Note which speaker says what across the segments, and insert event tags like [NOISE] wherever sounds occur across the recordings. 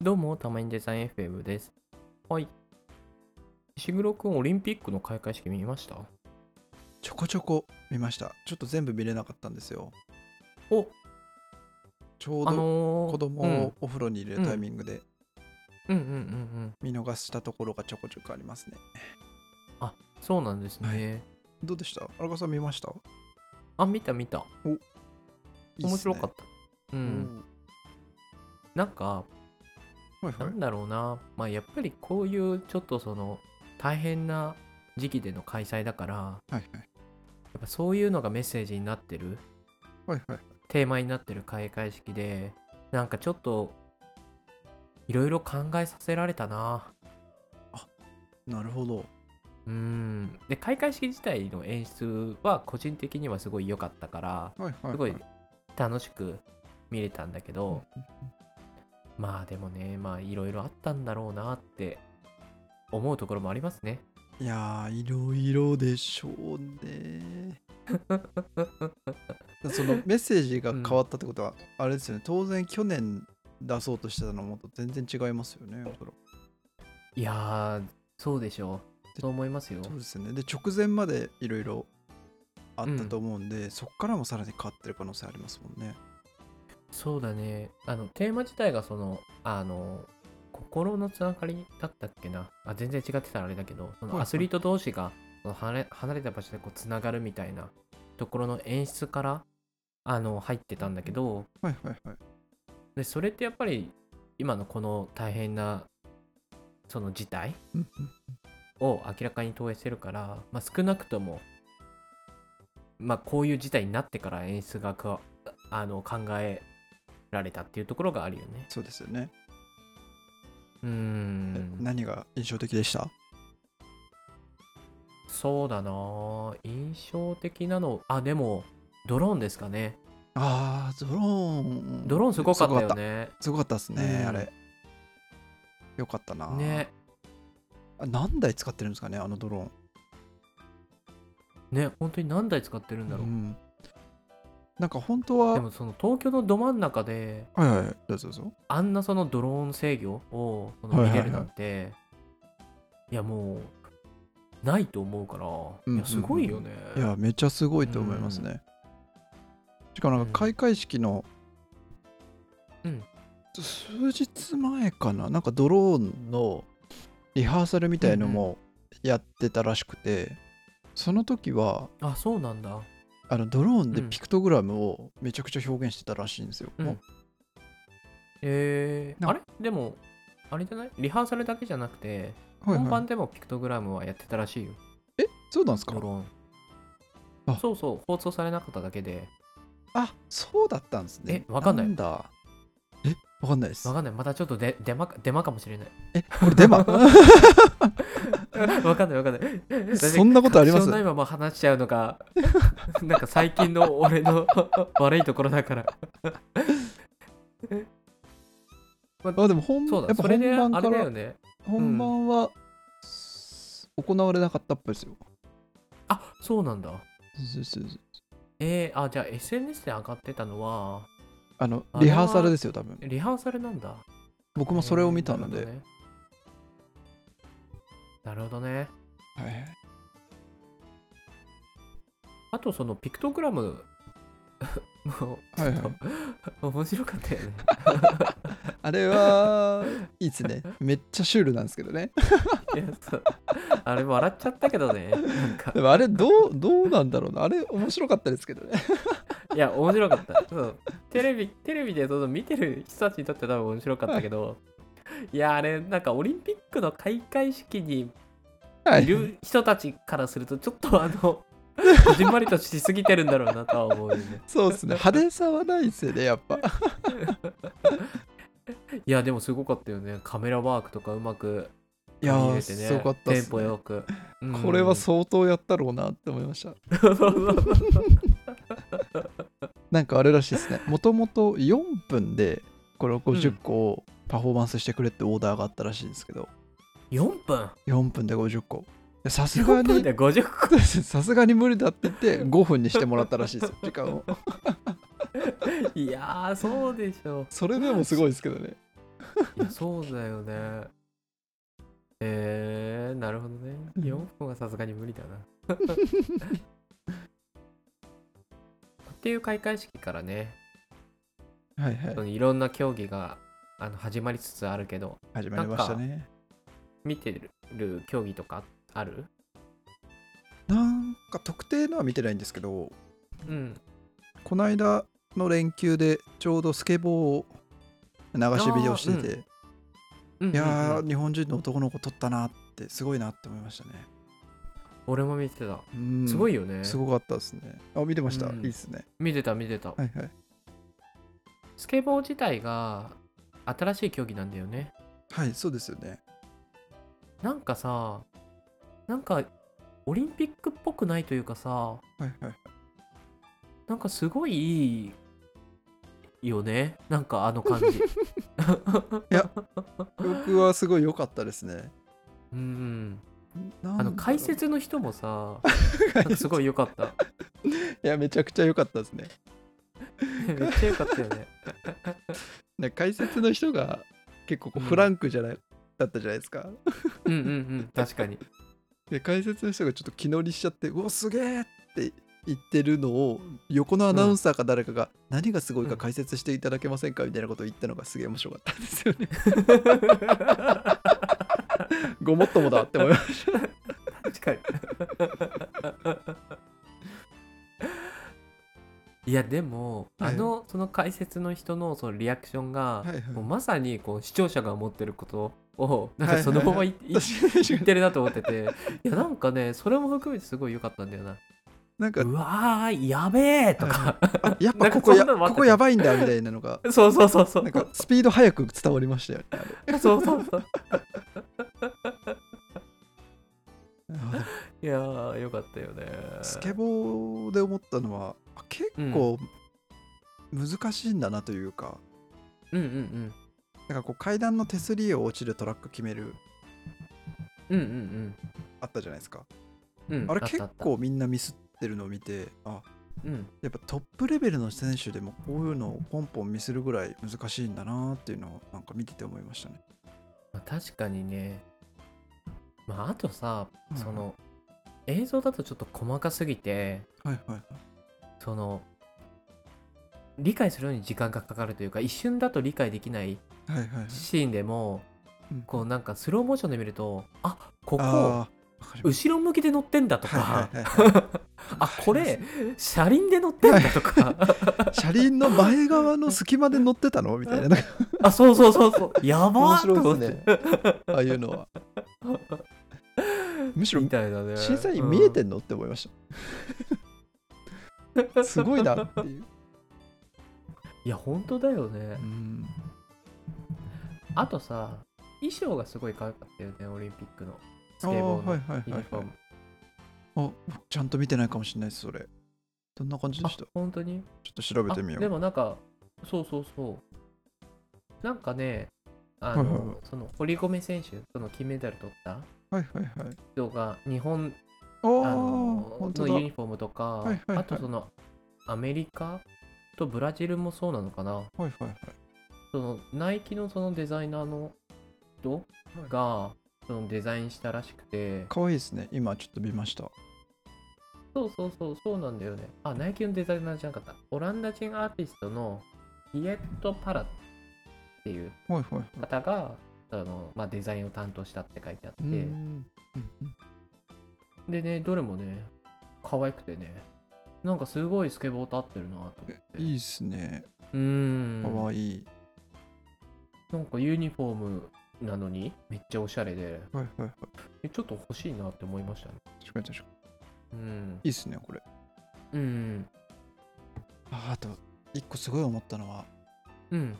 Speaker 1: どうも、たまにデザイン FM です。はい。石黒くん、オリンピックの開会式見ました
Speaker 2: ちょこちょこ見ました。ちょっと全部見れなかったんですよ。
Speaker 1: お
Speaker 2: ちょう
Speaker 1: あ
Speaker 2: ど
Speaker 1: のー、
Speaker 2: 子供をお風呂に入れるタイミングで
Speaker 1: うん、うんうんうんうん。
Speaker 2: 見逃したところがちょこちょこありますね。
Speaker 1: そうなんですね。
Speaker 2: どうでした荒川さん見ました
Speaker 1: あ、見た見た。
Speaker 2: いいっすね
Speaker 1: 面白かった。う。
Speaker 2: うんん
Speaker 1: なんか、
Speaker 2: はい
Speaker 1: な
Speaker 2: はい
Speaker 1: ん。だろうな。まあ、やっぱりこういう、ちょっとその、大変な時期での開催だから、や
Speaker 2: はい
Speaker 1: っぱそういうのがメッセージになってる
Speaker 2: はい。はいはい。
Speaker 1: テーマになってる開会式でなんかちょっといろいろ考えさせられたな
Speaker 2: なるほど。
Speaker 1: うんで開会式自体の演出は個人的にはすごい良かったから
Speaker 2: はいはい、はい。
Speaker 1: すごい楽しく見れたんだけ
Speaker 2: うんうん
Speaker 1: ど、まあでもねまあいろいろあったんだろうなって思うところもありますね
Speaker 2: いやー、いろいろでしょうね。
Speaker 1: [LAUGHS]
Speaker 2: そのメッセージが変わったってことは、あれですよね。当然去年出そうとしてたのもと全然違いますよね。おそらく
Speaker 1: いやーそうでしょう
Speaker 2: で
Speaker 1: そう思いますよ
Speaker 2: そうですね。で、直前までいろいろあったと思うんで、そこからもさらに変わってる可能性ありますもんね。
Speaker 1: そうだねあのテーマ自体がそのあの心のつながりだったっけなあ全然違ってたらあれだけどそ
Speaker 2: はいは
Speaker 1: の
Speaker 2: い
Speaker 1: アスリート同士がその離れ離れた場所でこうつながるみたいなところの演出からあの入ってたんだけど
Speaker 2: はいはいはい。
Speaker 1: でそれってやっぱり今のこの大変なその事態
Speaker 2: うん
Speaker 1: を明らかに投影してるから、まあ、少なくとも、まあ、こういう事態になってから演出がかあの考えられたっていうところがあるよね。
Speaker 2: そうですよね。
Speaker 1: うー
Speaker 2: え
Speaker 1: ん
Speaker 2: 何が印象的でした
Speaker 1: そうだなあ印象的なのあでもドローンですかね
Speaker 2: あー、ドローン。
Speaker 1: ドローンすごかったよ
Speaker 2: すごかっ
Speaker 1: ね
Speaker 2: たすごかったですね、
Speaker 1: うん
Speaker 2: あれ。よかったな。
Speaker 1: ね
Speaker 2: あ何台使ってるんですかね、あのドローン。
Speaker 1: ね本当に何台使ってるんだろう、
Speaker 2: ん、なんか本当
Speaker 1: で
Speaker 2: は。
Speaker 1: もその東京のど真ん中で
Speaker 2: はいはいはい、どうぞどうぞ。
Speaker 1: あんなそのドローン制御をその
Speaker 2: はい
Speaker 1: 見れ
Speaker 2: はいはい
Speaker 1: るなんて、いやもうないと思うから、
Speaker 2: うん
Speaker 1: いやすごいよね、
Speaker 2: いや、めっちゃすごいと思いますね。しかもなんか開会式の、
Speaker 1: うん
Speaker 2: 数日前かな、なんかドローンのリハーサルみたいのもやってたらしくて、その時は
Speaker 1: あそうなんだ
Speaker 2: あのドローンで
Speaker 1: うん
Speaker 2: ピクトグラムをめちゃくちゃ表現してたらしいんですよ。
Speaker 1: うん
Speaker 2: もう
Speaker 1: えー、
Speaker 2: な
Speaker 1: あれでもあれじゃないリハーサルだけじゃなくて、
Speaker 2: はいはい
Speaker 1: 本番でもピクトグラムはやってたらしいよ
Speaker 2: えそうなんですか
Speaker 1: ドローン
Speaker 2: あ
Speaker 1: そうそう放送されなかっただけで
Speaker 2: あそうだったんですね。
Speaker 1: えわかんない
Speaker 2: なんだえわかんないです
Speaker 1: わ。かんないまたちょっとでデマかデマかもし
Speaker 2: [LAUGHS]
Speaker 1: れない
Speaker 2: えこれデマ
Speaker 1: わかんないわかんない大体
Speaker 2: [LAUGHS] そんなことあります
Speaker 1: 確証ないまま話しちゃうのが [LAUGHS] なんか最近の俺の [LAUGHS] 悪いところだから
Speaker 2: あでも本
Speaker 1: そう
Speaker 2: や
Speaker 1: だ
Speaker 2: っぱ
Speaker 1: それであれ
Speaker 2: 本番
Speaker 1: だ
Speaker 2: から、
Speaker 1: よね
Speaker 2: 本番はす行われなかったっぽいですよ。
Speaker 1: あそうなんだ
Speaker 2: そうそうそう
Speaker 1: えー、あじゃあ SNS で上がってたのは
Speaker 2: あの
Speaker 1: あれは
Speaker 2: リハーサルですよ多分。
Speaker 1: リハーサルなんだ
Speaker 2: 僕もそれを見たので。
Speaker 1: えーなるほどねなるほどね
Speaker 2: はい
Speaker 1: あとそのピクトグラム [LAUGHS] もう、
Speaker 2: はいはい
Speaker 1: ちょっと面白かったよね。
Speaker 2: あれはいいっす [LAUGHS] ね。めっちゃシュールなんですけどね。
Speaker 1: いやそうあれ笑っちゃったけどね。なんか
Speaker 2: でもあれどうどうなんだろうな。あれ面白かったですけどね。
Speaker 1: いや面白かった。そうテレビテレビでその見てる人たちにとっては多分面白かったけど、いやあれなんかオリンピックの開会式に
Speaker 2: はい
Speaker 1: る人たちからするとちょっとあのこじんまりとしすぎてるんだろうなとは思うよね。
Speaker 2: そうですね。派手さはないですよねやっぱ。
Speaker 1: いやでもすごかったよね。カメラワークとかうまく
Speaker 2: いや
Speaker 1: 取り入
Speaker 2: ー
Speaker 1: れてね
Speaker 2: すごかったっ
Speaker 1: テン
Speaker 2: す
Speaker 1: ポ
Speaker 2: ね。
Speaker 1: よく。うん
Speaker 2: これは相当やったろうなって思いました。
Speaker 1: [LAUGHS] そうそうそうそう
Speaker 2: なんかあれらしいですね。もともと4分でこれを50個をパフォーマンスしてくれってオーダーがあったらしいんですけど、
Speaker 1: 4分
Speaker 2: 4分で50個。いやさすが
Speaker 1: 4分
Speaker 2: に、
Speaker 1: で50個
Speaker 2: さすがに無理だって言って5分にしてもらったらし
Speaker 1: [LAUGHS]
Speaker 2: いですよ、時間を。
Speaker 1: いやーそうでしょ
Speaker 2: それでもすごいですけどね。 [LAUGHS]
Speaker 1: いや、 [LAUGHS] そうだよね。えー、なるほどね。
Speaker 2: うん
Speaker 1: 4本はさすがに無理だな。っていう開会式からね、
Speaker 2: はいはい
Speaker 1: そのいろんな競技があの始まりつつあるけど、
Speaker 2: 始まりましたね
Speaker 1: 見てる競技とかある
Speaker 2: なんか特定のは見てないんですけど
Speaker 1: うん。
Speaker 2: この間の連休でちょうどスケボーを流しビデオしてて、
Speaker 1: うんうんうん
Speaker 2: いやー、日本人の男の子撮ったなってすごいなって思いましたね、
Speaker 1: 俺も見てた。
Speaker 2: うん、
Speaker 1: すご
Speaker 2: い
Speaker 1: いよね。
Speaker 2: すごかったですねあ見てました、
Speaker 1: うん
Speaker 2: いいですね
Speaker 1: 見てた、見てた。
Speaker 2: はいはい
Speaker 1: スケボー自体が新しい競技なんだよね。
Speaker 2: はいそうですよね
Speaker 1: なんかさ、なんかオリンピックっぽくないというかさ、
Speaker 2: はいはい
Speaker 1: なんかすごいいいよね。なんかあの感じ。
Speaker 2: 僕はすごい良かったですね
Speaker 1: うんうん。
Speaker 2: あ
Speaker 1: あの解説の人も
Speaker 2: [LAUGHS]
Speaker 1: さ、なんかすごい良かった。
Speaker 2: いやめちゃくちゃ良かったですね
Speaker 1: めっちゃ良かったよね。
Speaker 2: ね解説の人が結構こう
Speaker 1: うん
Speaker 2: フランクじゃない、だったじゃないですか
Speaker 1: うんうんうん、確かに。
Speaker 2: で解説の人がちょっと気乗りしちゃってうわすげえって言ってるのを横のアナウンサーか誰かが何がすごいか解説していただけませんかみたいなことを言ったのがすげえ面白かったんですよ
Speaker 1: [LAUGHS]
Speaker 2: ねごもっともだって思いまし
Speaker 1: 確かに。 [LAUGHS] いやでも、
Speaker 2: はい
Speaker 1: あのその解説の人のそのリアクションが、
Speaker 2: はいはい
Speaker 1: もうまさにこう視聴者が思ってることをなんか
Speaker 2: はいはい
Speaker 1: そのままい,、い
Speaker 2: た
Speaker 1: 言ってるなと思ってていやなんかねそれも含めてすごい良かったんだよな
Speaker 2: なんか
Speaker 1: うわーやべえとか、
Speaker 2: あやっぱここや
Speaker 1: なんかそんなのもあっ
Speaker 2: こ
Speaker 1: た
Speaker 2: こやばいんだみたいなのが
Speaker 1: そうそうそうそう
Speaker 2: なんかスピード速く伝わりましたよねあれ
Speaker 1: そうそうそう
Speaker 2: あでも
Speaker 1: [LAUGHS] いやーよかったよね
Speaker 2: スケボーで思ったのはあ結構難しいんだなというか、
Speaker 1: うんうん
Speaker 2: なんかこう階段の手すりを落ちるトラック決める
Speaker 1: うんうんうん
Speaker 2: あったじゃないですか、
Speaker 1: うんうん
Speaker 2: あれ
Speaker 1: った
Speaker 2: 結
Speaker 1: った
Speaker 2: 構みんなミスってるのを見てあ
Speaker 1: うん
Speaker 2: やっぱトップレベルの選手でもこういうのをポンポンミスるぐらい難しいんだなっていうのをなんか見てて思いましたね
Speaker 1: まあ確かにねまああとさ、
Speaker 2: うん
Speaker 1: その映像だとちょっと細かすぎて
Speaker 2: はいはいはい
Speaker 1: その理解するのに時間がかかるというか一瞬だと理解できない
Speaker 2: はいはいはい
Speaker 1: シーンでも、
Speaker 2: うん
Speaker 1: こうなんかスローモーションで見るとあここ
Speaker 2: あーわかります
Speaker 1: 後ろ向きで乗ってんだとか、
Speaker 2: はいはいはい
Speaker 1: [LAUGHS] あこれ車輪で乗ってんだとか
Speaker 2: 車輪の前側の隙間で乗ってたのみたいななんか
Speaker 1: あそうそうそうそうやば
Speaker 2: 面
Speaker 1: ーと
Speaker 2: 白
Speaker 1: 思
Speaker 2: い
Speaker 1: っ
Speaker 2: で
Speaker 1: て
Speaker 2: すねああいうのはむしろ
Speaker 1: みたいだね
Speaker 2: 審査員見えてんのって思いましたすごいなっ
Speaker 1: [LAUGHS]
Speaker 2: ていう、
Speaker 1: いや本当だよね
Speaker 2: うん、
Speaker 1: あとさ衣装がすごい可愛かったよねオリンピックのス
Speaker 2: あ
Speaker 1: ケボーの
Speaker 2: ーはいはい
Speaker 1: ユ
Speaker 2: は
Speaker 1: ニ
Speaker 2: い
Speaker 1: フォー
Speaker 2: はい
Speaker 1: ム
Speaker 2: あ僕ちゃんと見てないかもしれないですそれどんな感じで
Speaker 1: あ
Speaker 2: したちょ
Speaker 1: 本当に
Speaker 2: っと調べ
Speaker 1: あ
Speaker 2: てみよ
Speaker 1: で
Speaker 2: う
Speaker 1: もなんかそうそうそうなんかねあの、
Speaker 2: はいはいはい
Speaker 1: その堀米選手その金メダル取った
Speaker 2: はいはいはい
Speaker 1: 人が日本
Speaker 2: お
Speaker 1: あ
Speaker 2: ー
Speaker 1: の
Speaker 2: 本当
Speaker 1: のユ
Speaker 2: だはい
Speaker 1: ニフォームとか、
Speaker 2: いはいはい
Speaker 1: あとそのアメリカとブラジルもそうなのかな
Speaker 2: はいはい
Speaker 1: そのナイキのそのデザイナーの人がそのデザインしたらしくて
Speaker 2: かわいいですね今ちょっと見ました
Speaker 1: そうそうそうそうなんだよねあナイキのデザイナーじゃなかったオランダ人アーティストのヒエット・パラっていう
Speaker 2: はいはいはい
Speaker 1: 方があの、まあ、デザインを担当したって書いてあって
Speaker 2: うーんうんうん
Speaker 1: でねどれもね可愛くてねなんかすごいスケボーと合ってるなと思って
Speaker 2: いいですね
Speaker 1: うーん
Speaker 2: かわいい
Speaker 1: なんかユニフォームなのにめっちゃおしゃれで
Speaker 2: はいはいはい
Speaker 1: えちょっと欲しいなって思いましたね
Speaker 2: 確かに確かに
Speaker 1: うん
Speaker 2: いいですねこれ
Speaker 1: うん
Speaker 2: ああと一個すごい思ったのは
Speaker 1: うん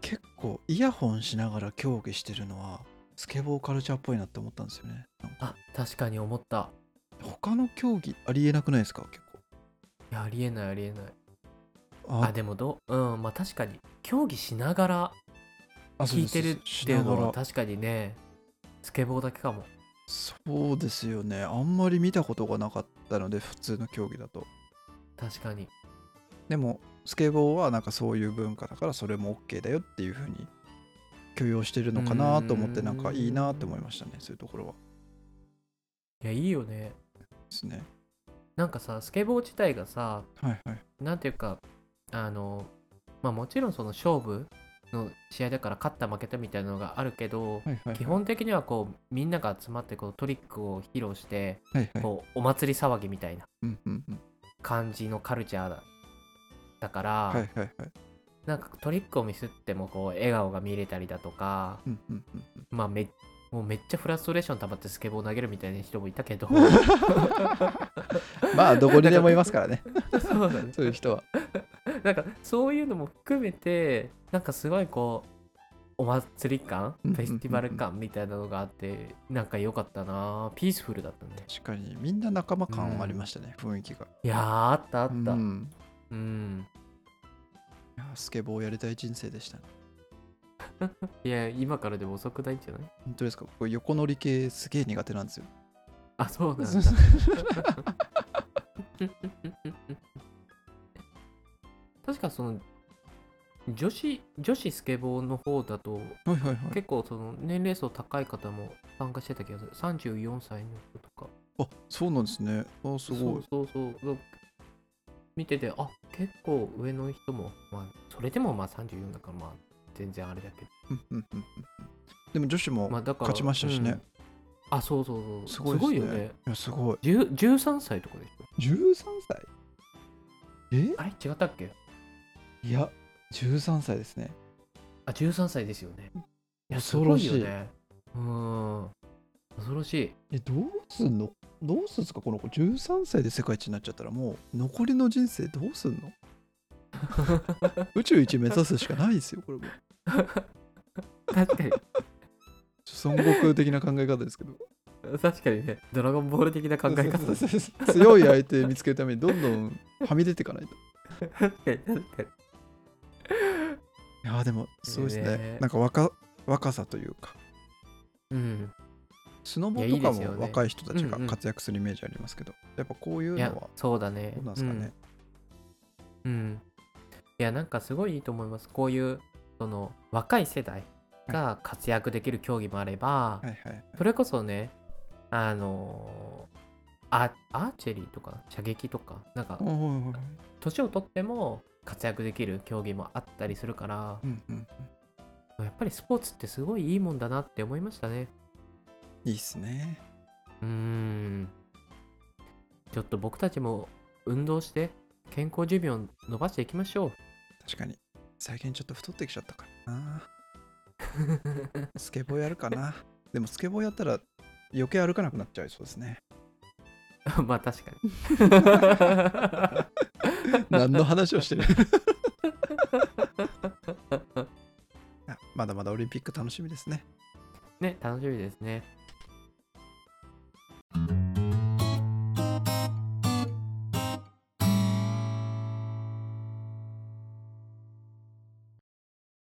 Speaker 2: 結構イヤホンしながら競技してるのはスケボーカルチャーっぽいなって思ったんですよねなんか
Speaker 1: あ確かに思った
Speaker 2: 他の競技ありえなくないですか結
Speaker 1: いやありえないありえない
Speaker 2: 構
Speaker 1: あでもどううんまあ確かに競技しながら
Speaker 2: あそう
Speaker 1: 聞
Speaker 2: で
Speaker 1: い
Speaker 2: す
Speaker 1: てる
Speaker 2: し
Speaker 1: ってい
Speaker 2: な
Speaker 1: う
Speaker 2: が
Speaker 1: の
Speaker 2: ら
Speaker 1: は確かにねスケボーだけかも
Speaker 2: そうですよねあんまり見たことがなかったので普通の競技だと
Speaker 1: 確かに
Speaker 2: でもスケボーはなんかそういう文化だからそれも OK だよっていう風に許容してるのかなと思っ
Speaker 1: う
Speaker 2: て
Speaker 1: ん
Speaker 2: なんかいいなって思いましたねそういうところは
Speaker 1: ういやいいよね
Speaker 2: ですね
Speaker 1: なんかさスケボー自体がさ
Speaker 2: はいはい
Speaker 1: なんていうかあのまあもちろんその勝負の試合だから勝った負けたみたいなのがあるけど
Speaker 2: はいはい
Speaker 1: 基本的にはこうみんなが集まってこうトリックを披露して
Speaker 2: はいはい
Speaker 1: こうお祭り騒ぎみたいな
Speaker 2: うんうんうん
Speaker 1: 感じのカルチャーだだから、
Speaker 2: はいはいはい
Speaker 1: なんかトリックをミスってもこう笑顔が見れたりだとか
Speaker 2: うんうんうん
Speaker 1: まあめもうめっちゃフラストレーション溜まってスケボー投げるみたいな人もいたけど
Speaker 2: まあどこにでもいますからね
Speaker 1: そうだね
Speaker 2: そういう人は
Speaker 1: なんかそういうのも含めてなんかすごいこうお祭り感
Speaker 2: う
Speaker 1: フ
Speaker 2: んうんうんうん
Speaker 1: ェスティバル感みたいなのがあってなんか良かったなピースフルだったね
Speaker 2: 確かにみんな仲間感ありましたね、雰囲気が
Speaker 1: いやーあったあった
Speaker 2: うん
Speaker 1: うん
Speaker 2: いやスケボーやりたい人生でしたね
Speaker 1: いや今からでも遅くないんじゃない [LAUGHS]
Speaker 2: 本当ですか僕横乗り系すげえ苦手なんですよ
Speaker 1: あそうなんだ [LAUGHS] 確かその女子女子スケボーの方だと
Speaker 2: はいはいはい
Speaker 1: 結構その年齢層高い方も参加してた気がする34歳の人とか
Speaker 2: あそうなんですねあす
Speaker 1: そ
Speaker 2: ごいう
Speaker 1: そうそうなんか見ててあ結構上の人もまあそれでもまあ34だからまあ全然あれだけ
Speaker 2: うんうんうんうんでも女子も
Speaker 1: ど、まあ、だから
Speaker 2: 勝ちましたしね
Speaker 1: うんあそうそうそう
Speaker 2: すごいですね
Speaker 1: よね
Speaker 2: いやすごい
Speaker 1: 10 13歳とかでしょ
Speaker 2: 13歳え
Speaker 1: あれ違ったっけ
Speaker 2: いや13歳ですね
Speaker 1: あ13歳ですよね。いや、す
Speaker 2: 恐
Speaker 1: ご
Speaker 2: ろ
Speaker 1: い
Speaker 2: しい
Speaker 1: よね。うーん。恐ろしい。
Speaker 2: えどうすんのどうすんすかこの子13歳で世界一になっちゃったらもう残りの人生どうすん
Speaker 1: [LAUGHS]
Speaker 2: の宇宙一目指すしかないですよこれも
Speaker 1: 確かに、
Speaker 2: 孫悟空的な考え方ですけど
Speaker 1: 確かにね、ドラゴンボール的な考え方
Speaker 2: そう
Speaker 1: です。
Speaker 2: そうそうそう強い相手見つけるためにどんどんはみ出ていかないと
Speaker 1: 確かに、確かに。
Speaker 2: いやーでもそうですね
Speaker 1: ね
Speaker 2: なんか若若さというか
Speaker 1: うん。
Speaker 2: スノボ
Speaker 1: いやい
Speaker 2: と
Speaker 1: い
Speaker 2: か
Speaker 1: ですよね
Speaker 2: も若い人たちが
Speaker 1: うんうん
Speaker 2: 活躍するイメージありますけど、やっぱこういう
Speaker 1: い
Speaker 2: の
Speaker 1: や
Speaker 2: は、
Speaker 1: そうだね。
Speaker 2: どうなんですかね、
Speaker 1: うん。うん。いや、なんかすごいいいと思います。こういう、その、若い世代が活躍できる競技もあれば、
Speaker 2: はいはい
Speaker 1: それこそね、あのーアアーチェリーとか射撃とかなんか
Speaker 2: おーおーおー
Speaker 1: 年を取っても活躍できる競技もあったりするから
Speaker 2: うんうん
Speaker 1: やっぱりスポーツってすごいいいもんだなって思いましたね
Speaker 2: いいっすね
Speaker 1: うーんちょっと僕たちも運動して健康寿命を伸ばしていきましょう
Speaker 2: 確かに最近ちょっと太ってきちゃったから
Speaker 1: [LAUGHS]
Speaker 2: なスケボーやるかなでもスケボーやったら余計歩かなくなっちゃいそうですね
Speaker 1: [LAUGHS] まあ確か
Speaker 2: [LAUGHS] 何の話をしてるあまだまだオリンピック楽しみですね
Speaker 1: [LAUGHS] にね楽しみですね